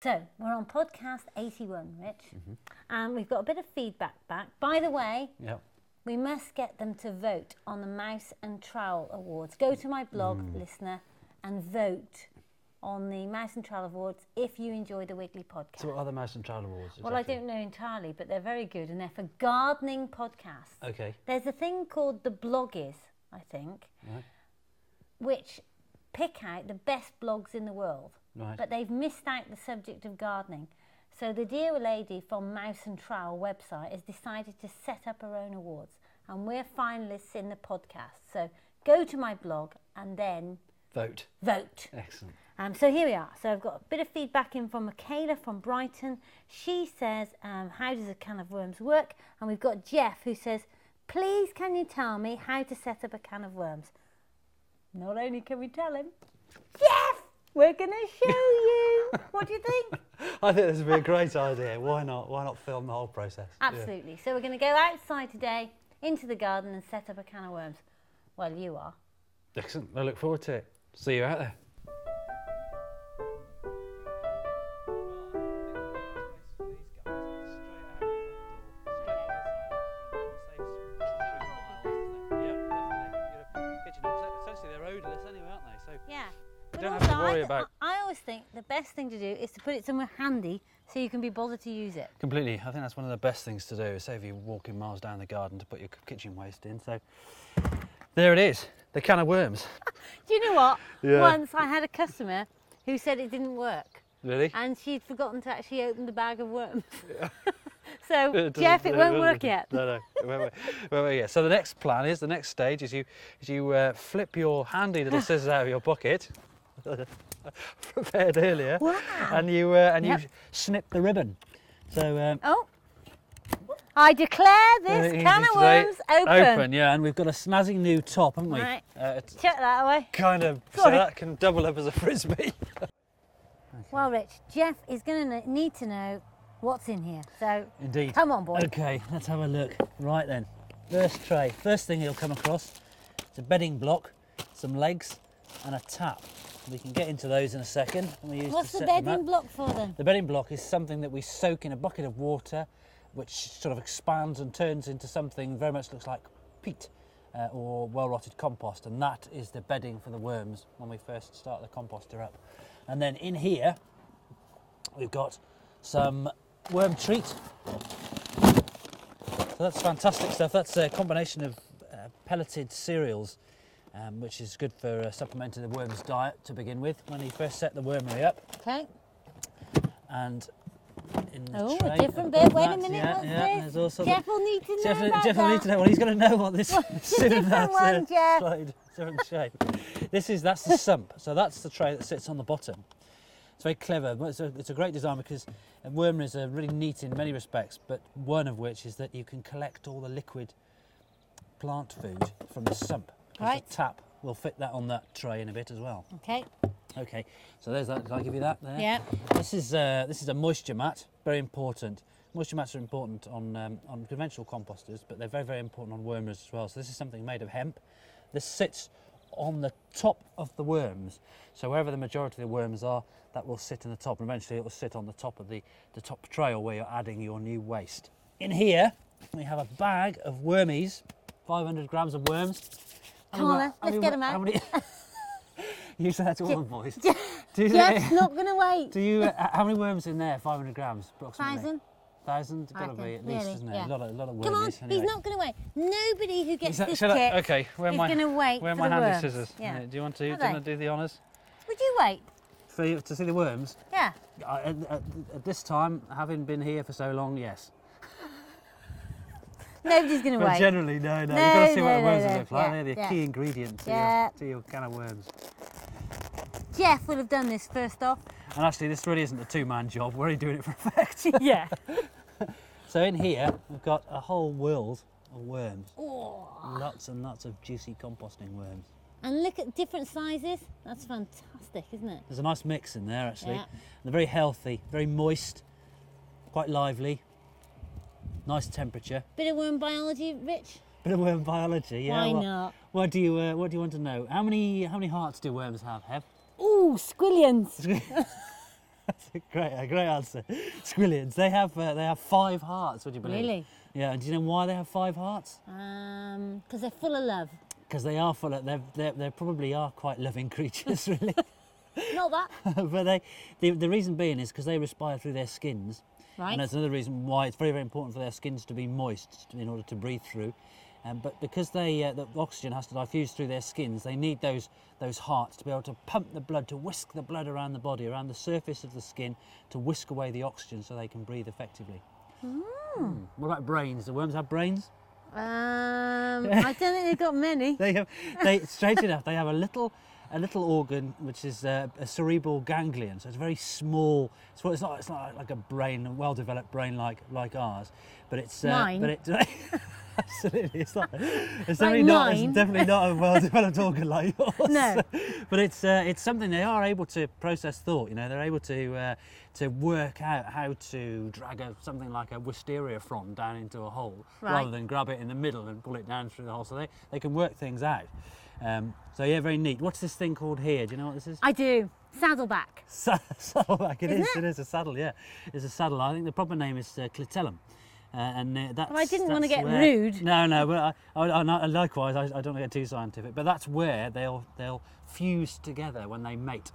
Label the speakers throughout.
Speaker 1: So we're on podcast 81, Rich,
Speaker 2: Mm-hmm.
Speaker 1: and we've got a bit of feedback back. By the way,
Speaker 2: Yeah.
Speaker 1: we must get them to vote on the Mouse and Trowel Awards. Go to my blog,
Speaker 2: Mm.
Speaker 1: listener, and vote on the Mouse and Trowel Awards if you enjoy the Wiggly podcast.
Speaker 2: So what are the Mouse and Child Awards?
Speaker 1: Well, I
Speaker 2: exactly?
Speaker 1: don't know entirely, but they're very good, and they're for gardening podcasts.
Speaker 2: Okay.
Speaker 1: There's a thing called the bloggies, I think,
Speaker 2: Right.
Speaker 1: which pick out the best blogs in the world,
Speaker 2: Right.
Speaker 1: but they've missed out the subject of gardening. So the dear lady from Mouse and Trowel website has decided to set up her own awards, and we're finalists in the podcast. So go to my blog and then
Speaker 2: Vote.
Speaker 1: vote.
Speaker 2: Excellent.
Speaker 1: Um, so here we are. So I've got a bit of feedback in from Michaela from Brighton. She says, um, How does a can of worms work? And we've got Jeff who says, Please can you tell me how to set up a can of worms? Not only can we tell him, Jeff, we're going to show you. what do you think?
Speaker 2: I think this would be a great idea. Why not? Why not film the whole process? Yeah.
Speaker 1: Absolutely. So we're going to go outside today into the garden and set up a can of worms. Well, you are.
Speaker 2: Excellent. I look forward to it. See you out there.
Speaker 1: Yeah. But
Speaker 2: don't have to
Speaker 1: also, I
Speaker 2: worry
Speaker 1: th-
Speaker 2: about-
Speaker 1: I I always think the best thing to do is to put it somewhere handy so you can be bothered to use it.
Speaker 2: Completely. I think that's one of the best things to do is save you walking miles down the garden to put your kitchen waste in. So there it is, the can of worms.
Speaker 1: Do you know what?
Speaker 2: Yeah.
Speaker 1: Once I had a customer who said it didn't work
Speaker 2: Really?
Speaker 1: and she'd forgotten to actually open the bag of worms. so,
Speaker 2: It doesn't-
Speaker 1: Jeff, it won't
Speaker 2: doesn't-
Speaker 1: work yet.
Speaker 2: No, no, it won't work. It won't work yet. So the next plan is the next stage is you is you uh, flip your handy little scissors out of your pocket, prepared earlier,
Speaker 1: Wow.
Speaker 2: and you uh, and you
Speaker 1: Yep.
Speaker 2: snip the ribbon. So um,
Speaker 1: Oh, I declare
Speaker 2: very
Speaker 1: this
Speaker 2: easy
Speaker 1: can of
Speaker 2: today.
Speaker 1: worms open.
Speaker 2: Open, yeah, and we've got a snazzy new top, haven't we?
Speaker 1: Right.
Speaker 2: Uh, it's
Speaker 1: Chuck that away.
Speaker 2: kind of so
Speaker 1: Sorry.
Speaker 2: that can double up as a frisbee.
Speaker 1: Well, Rich, Jeff is going to need to know what's in here. So,
Speaker 2: Indeed.
Speaker 1: come on, boy.
Speaker 2: Okay, let's have a look. Right then, first tray. First thing he'll come across is a bedding block, some legs, and a tap. We can get into those in a second. and we use
Speaker 1: What's
Speaker 2: to
Speaker 1: the
Speaker 2: set them
Speaker 1: bedding
Speaker 2: up.
Speaker 1: block for then?
Speaker 2: The bedding block is something that we soak in a bucket of water, which sort of expands and turns into something very much looks like peat uh, or well rotted compost, and that is the bedding for the worms when we first start the composter up. And then in here, we've got some worm treat. So that's fantastic stuff. That's a combination of uh, pelleted cereals. Um, which is good for uh, supplementing the worm's diet to begin with when he first set the wormery up
Speaker 1: Okay.
Speaker 2: and in the
Speaker 1: Oh,
Speaker 2: tray
Speaker 1: a different
Speaker 2: above
Speaker 1: bit. Wait a
Speaker 2: that,
Speaker 1: minute.
Speaker 2: yeah,
Speaker 1: what's
Speaker 2: yeah,
Speaker 1: this?
Speaker 2: There's also
Speaker 1: Jeff will need to know.
Speaker 2: the, Jeff,
Speaker 1: about
Speaker 2: Jeff will need
Speaker 1: that.
Speaker 2: to know. Well, he's going to know what this
Speaker 1: Well,
Speaker 2: is
Speaker 1: it's a
Speaker 2: soon.
Speaker 1: different
Speaker 2: That's
Speaker 1: one,
Speaker 2: a
Speaker 1: Jeff.
Speaker 2: slide- different shape. This is that's the sump. So that's the tray that sits on the bottom. It's very clever. but It's a, it's a great design because uh, wormeries are really neat in many respects, but one of which is that you can collect all the liquid plant food from the sump. 'cause
Speaker 1: Right.
Speaker 2: The tap will fit that on that tray in a bit as well.
Speaker 1: Okay.
Speaker 2: Okay, so there's that. Can I give you that there?
Speaker 1: Yeah.
Speaker 2: This is uh, this is a moisture mat. Very important. Moisture mats are important on um, on conventional composters, but they're very very important on wormers as well. So this is something made of hemp. This sits on the top of the worms. So wherever the majority of the worms are, that will sit in the top, and eventually it will sit on the top of the the top trail where you're adding your new waste. In here, we have a bag of wormies, 500 grams of worms. How many
Speaker 1: Connor, let's
Speaker 2: wa- how many
Speaker 1: get
Speaker 2: wa-
Speaker 1: 'em out.
Speaker 2: how many- you said that's all one voice. Do you,
Speaker 1: Jeff's not going to wait.
Speaker 2: do you uh, how many worms in there? 500 grams, approximately.
Speaker 1: Thousand.
Speaker 2: Thousand, gotta
Speaker 1: reckon,
Speaker 2: be at least,
Speaker 1: really,
Speaker 2: isn't it?
Speaker 1: yeah.
Speaker 2: A lot of, lot of worms.
Speaker 1: Come on, he's not going to wait. Nobody who gets this kit
Speaker 2: okay, where
Speaker 1: is
Speaker 2: my
Speaker 1: going to wait
Speaker 2: where
Speaker 1: for
Speaker 2: my
Speaker 1: the
Speaker 2: handy
Speaker 1: worms.
Speaker 2: scissors?
Speaker 1: Yeah.
Speaker 2: Do you want to do you
Speaker 1: Are they?
Speaker 2: want to do the honours?
Speaker 1: Would you wait?
Speaker 2: For you to see the worms.
Speaker 1: Yeah.
Speaker 2: I, at, at, at this time, having been here for so long, yes.
Speaker 1: Nobody's going to
Speaker 2: But
Speaker 1: wait.
Speaker 2: generally, no, no. You've got to
Speaker 1: No,
Speaker 2: see what
Speaker 1: no,
Speaker 2: the
Speaker 1: no,
Speaker 2: worms
Speaker 1: no,
Speaker 2: look like.
Speaker 1: yeah,
Speaker 2: They're the
Speaker 1: yeah.
Speaker 2: key ingredient to,
Speaker 1: Yeah.
Speaker 2: your, to your can of worms.
Speaker 1: Jeff will have done this first off.
Speaker 2: And actually, this really isn't a two-man job. We're only doing it for effect.
Speaker 1: yeah.
Speaker 2: so in here, we've got a whole world of worms.
Speaker 1: Oh.
Speaker 2: Lots and lots of juicy composting worms.
Speaker 1: And look at different sizes. That's fantastic, isn't it?
Speaker 2: There's a nice mix in there actually.
Speaker 1: Yeah.
Speaker 2: They're very healthy, very moist, quite lively, nice temperature.
Speaker 1: Bit of worm biology, Rich.
Speaker 2: Bit of worm biology, yeah.
Speaker 1: Why
Speaker 2: what,
Speaker 1: not?
Speaker 2: What do you uh, What do you want to know? How many How many hearts do worms have? Heb?
Speaker 1: Ooh, squillions.
Speaker 2: That's a great, a great answer. Squillions. They have uh, they have five hearts. Would you believe?
Speaker 1: Really?
Speaker 2: Yeah. And do you know why they have five hearts?
Speaker 1: Because they're full of love.
Speaker 2: Because they are full. Of, they're, they're, they probably are quite loving creatures, really.
Speaker 1: Not that.
Speaker 2: but they, the, the reason being is because they respire through their skins.
Speaker 1: Right.
Speaker 2: And that's another reason why it's very, very important for their skins to be moist in order to breathe through. Um, but because they, uh, the oxygen has to diffuse through their skins, they need those, those hearts to be able to pump the blood, to whisk the blood around the body, around the surface of the skin, to whisk away the oxygen so they can breathe effectively. Hmm. What about brains? Do worms have brains?
Speaker 1: Um, I don't think they've got many.
Speaker 2: They have, they, straight enough, they have a little, a little organ which is uh, a cerebral ganglion. So it's very small. It's, well, it's not, it's not like a brain, a well-developed brain like like ours, but it's. Uh,
Speaker 1: Mine.
Speaker 2: But it, absolutely, it's not. It's
Speaker 1: Like
Speaker 2: definitely not.
Speaker 1: mine.
Speaker 2: It's definitely not a well-developed organ like yours.
Speaker 1: No.
Speaker 2: But it's uh, it's something they are able to process thought. You know, they're able to uh, to work out how to drag a, something like a wisteria frond down into a hole rather
Speaker 1: Right.
Speaker 2: than grab it in the middle and pull it down through the hole. So they, they can work things out. Um, so yeah, very neat. What's this thing called here? Do you know what this is?
Speaker 1: I do. Saddleback.
Speaker 2: Sa- Saddleback. It
Speaker 1: Isn't
Speaker 2: is.
Speaker 1: it?
Speaker 2: It is a saddle. Yeah, it's a saddle. I think the proper name is uh, clitellum. Uh, and uh, that's,
Speaker 1: didn't wanna
Speaker 2: that's
Speaker 1: get
Speaker 2: where-
Speaker 1: rude.
Speaker 2: No, no. But I, I, I, and likewise, I, I don't want to get too scientific. But that's where they'll they'll fuse together when they mate.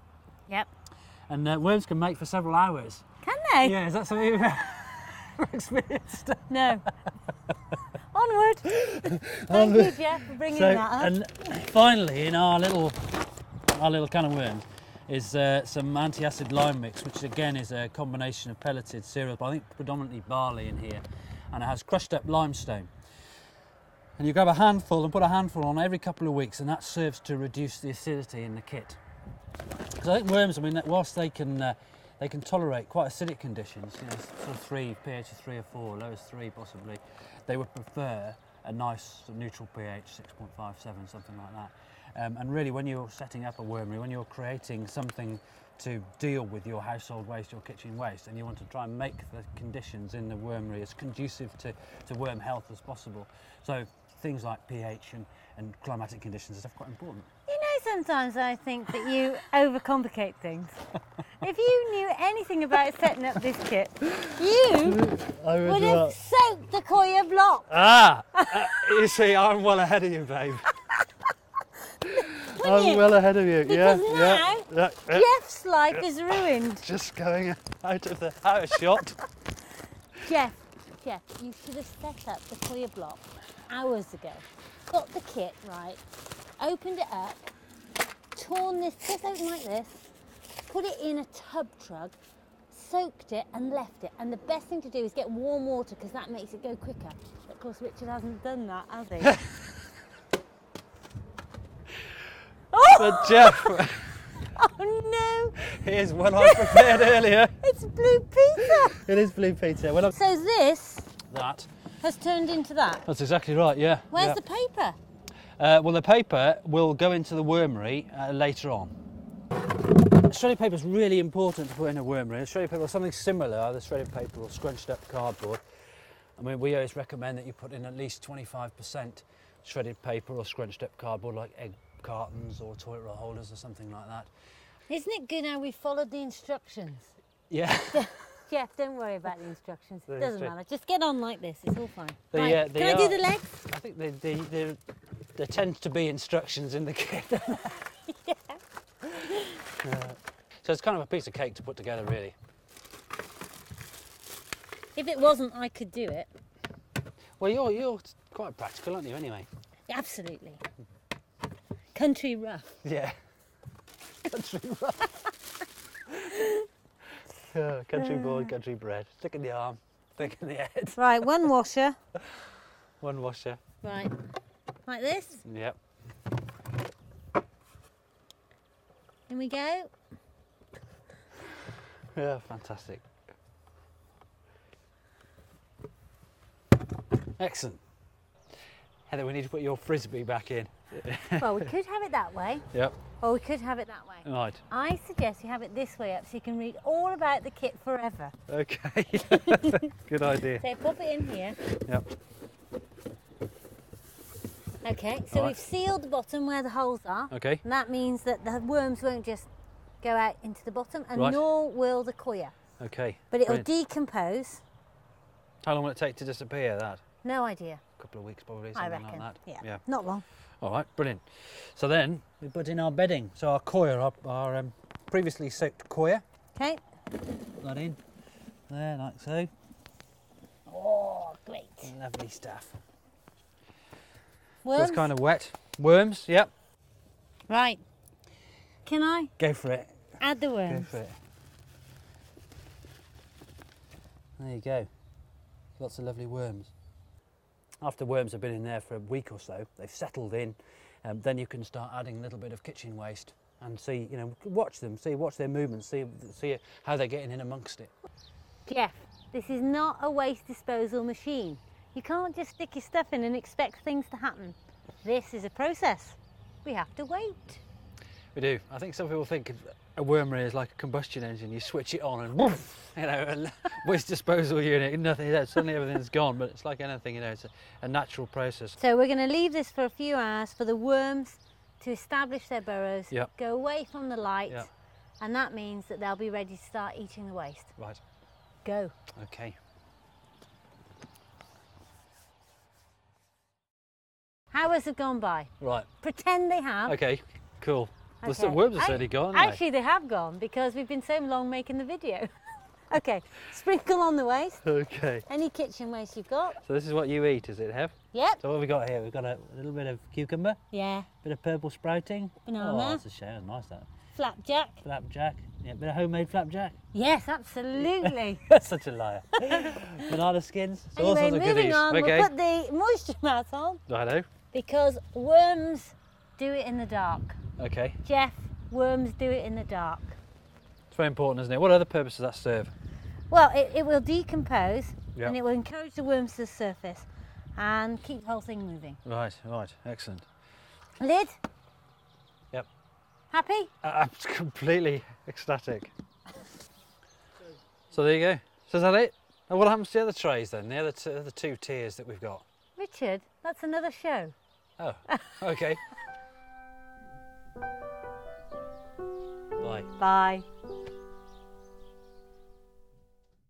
Speaker 1: Yep.
Speaker 2: And uh, worms can mate for several hours.
Speaker 1: Can they?
Speaker 2: Yeah, is that something you've ever experienced?
Speaker 1: No. Onward. Thank you, Jeff, for bringing
Speaker 2: So,
Speaker 1: that up.
Speaker 2: and finally, in our little our little can of worms is uh, some anti-acid lime mix, which again is a combination of pelleted cereal, but I think predominantly barley in here, and it has crushed up limestone. And you grab a handful and put a handful on every couple of weeks, and that serves to reduce the acidity in the kit. Because I think worms, I mean, that whilst they can uh, they can tolerate quite acidic conditions, you know, sort of three pH of three or four, lowest three possibly, they would prefer a nice sort of neutral pH, 6.57, something like that. Um, and really, when you're setting up a wormery, when you're creating something to deal with your household waste, your kitchen waste, and you want to try and make the conditions in the wormery as conducive to, to worm health as possible. So things like pH and, and climatic conditions and stuff are quite important.
Speaker 1: You know, sometimes I think that you overcomplicate things. If you knew anything about setting up this kit, you
Speaker 2: I
Speaker 1: would have soaked the Koya block.
Speaker 2: Ah, uh, you see, I'm well ahead of you, babe. I'm
Speaker 1: you?
Speaker 2: well ahead of you.
Speaker 1: Because
Speaker 2: yeah,
Speaker 1: now-
Speaker 2: yeah, yeah,
Speaker 1: Jeff's life is ruined.
Speaker 2: Just going out of the out of shot.
Speaker 1: Jeff, Jeff, you should have set up the Koya block hours ago. Got the kit right, opened it up, torn this bit open like this, put it in a tub jug, soaked it and left it. And the best thing to do is get warm water because that makes it go quicker. Of course, Richard hasn't done that, has he?
Speaker 2: But Jeff,
Speaker 1: oh no,
Speaker 2: here's one I prepared earlier.
Speaker 1: it's blue Peter.
Speaker 2: It is blue Peter. Well,
Speaker 1: So this
Speaker 2: that.
Speaker 1: has turned into that.
Speaker 2: That's exactly right. Yeah.
Speaker 1: Where's
Speaker 2: yeah.
Speaker 1: the paper?
Speaker 2: Uh, well, the paper will go into the wormery uh, later on. Shredded paper is really important to put in a wormery. Shredded paper or something similar, either shredded paper or scrunched up cardboard. I mean, we always recommend that you put in at least 25% shredded paper or scrunched up cardboard, like egg cartons or toilet roll holders or something like that.
Speaker 1: Isn't it good how we followed the instructions?
Speaker 2: Yeah.
Speaker 1: Jeff, don't worry about the instructions. It
Speaker 2: The
Speaker 1: doesn't
Speaker 2: instru-
Speaker 1: matter. Just get on like this. It's all fine.
Speaker 2: They,
Speaker 1: right.
Speaker 2: uh, they
Speaker 1: Can I do
Speaker 2: are-
Speaker 1: the legs?
Speaker 2: I think they, they, they, there tends to be instructions in the kit. Uh, so it's kind of a piece of cake to put together, really.
Speaker 1: If it wasn't, I could do it.
Speaker 2: Well, you're you're quite practical, aren't you? Anyway.
Speaker 1: Absolutely. Country rough.
Speaker 2: Yeah. country rough. Oh, country born, country bred. Thick in the arm, thick in the head.
Speaker 1: Right, one washer.
Speaker 2: One washer.
Speaker 1: Right. Like this.
Speaker 2: Yep.
Speaker 1: In we go.
Speaker 2: Yeah, fantastic. Excellent. Heather, we need to put your frisbee back in.
Speaker 1: well, we could have it that way,
Speaker 2: Yep.
Speaker 1: or we could have it that way.
Speaker 2: Right.
Speaker 1: I suggest you have it this way up so you can read all about the kit forever.
Speaker 2: Okay. Good idea.
Speaker 1: So pop it in here.
Speaker 2: Yep.
Speaker 1: Okay, so
Speaker 2: Right.
Speaker 1: we've sealed the bottom where the holes are.
Speaker 2: Okay.
Speaker 1: And that means that the worms won't just go out into the bottom, and
Speaker 2: Right.
Speaker 1: nor will the coir.
Speaker 2: Okay.
Speaker 1: But it'll
Speaker 2: brilliant.
Speaker 1: decompose.
Speaker 2: How long will it take to disappear? That
Speaker 1: No idea,
Speaker 2: a couple of weeks probably,
Speaker 1: I
Speaker 2: something
Speaker 1: reckon.
Speaker 2: like that.
Speaker 1: Yeah.
Speaker 2: Yeah.
Speaker 1: not long.
Speaker 2: All right, brilliant. So then we put in our bedding. So our coir, our, our um, previously soaked coir,
Speaker 1: Okay.
Speaker 2: put that in there like so.
Speaker 1: Oh, great.
Speaker 2: Lovely stuff. So
Speaker 1: Worms?
Speaker 2: it's kind of wet. Worms, yep.
Speaker 1: Right. Can I
Speaker 2: Go for it.
Speaker 1: add the
Speaker 2: Go
Speaker 1: worms?
Speaker 2: for it. There you go. Lots of lovely worms. After worms have been in there for a week or so, they've settled in, um, then you can start adding a little bit of kitchen waste and see, you know, watch them, see, watch their movements, see, see how they're getting in amongst it.
Speaker 1: Jeff, this is not a waste disposal machine. You can't just stick your stuff in and expect things to happen. This is a process. We have to wait.
Speaker 2: We do. I think some people think a wormery is like a combustion engine. You switch it on and woof, you know, and waste disposal unit, nothing. You know, suddenly everything's gone. But it's like anything, you know, it's a, a natural process.
Speaker 1: So we're going to leave this for a few hours for the worms to establish their burrows,
Speaker 2: Yeah.
Speaker 1: go away from the light,
Speaker 2: Yeah.
Speaker 1: and that means that they'll be ready to start eating the waste.
Speaker 2: Right.
Speaker 1: Go.
Speaker 2: Okay.
Speaker 1: Hours have gone by.
Speaker 2: Right.
Speaker 1: Pretend they have.
Speaker 2: Okay. Cool. The
Speaker 1: Okay.
Speaker 2: worms are
Speaker 1: I-
Speaker 2: certainly gone. aren't they?
Speaker 1: Actually, they have gone because we've been so long making the video. okay, sprinkle on the waste.
Speaker 2: Okay.
Speaker 1: Any kitchen waste you've got?
Speaker 2: So this is what you eat, is it, Hev?
Speaker 1: Yep.
Speaker 2: So what have we got here? We've got a little bit of cucumber,
Speaker 1: Yeah.
Speaker 2: bit of purple sprouting.
Speaker 1: Banana.
Speaker 2: Oh, that's a shame. Nice that.
Speaker 1: Flapjack.
Speaker 2: Flapjack. Yeah, bit of homemade flapjack.
Speaker 1: Yes, absolutely.
Speaker 2: That's such a liar. Banana skins. So all
Speaker 1: anyway,
Speaker 2: sorts of
Speaker 1: moving
Speaker 2: goodies.
Speaker 1: on,
Speaker 2: okay.
Speaker 1: we'll put the moisture mat on
Speaker 2: I know.
Speaker 1: because worms do it in the dark.
Speaker 2: Okay.
Speaker 1: Jeff, worms do it in the dark.
Speaker 2: It's very important, isn't it? What other purpose does that serve?
Speaker 1: Well, it, it will decompose
Speaker 2: Yep.
Speaker 1: and it will encourage the worms to the surface and keep the whole thing moving.
Speaker 2: Right, right, excellent.
Speaker 1: Lid?
Speaker 2: Yep.
Speaker 1: Happy?
Speaker 2: I- I'm completely ecstatic. So there you go. So is that it? And what happens to the other trays then? The other, t- the two tiers that we've got.
Speaker 1: Richard, that's another show.
Speaker 2: Oh, okay. Bye.
Speaker 1: Bye.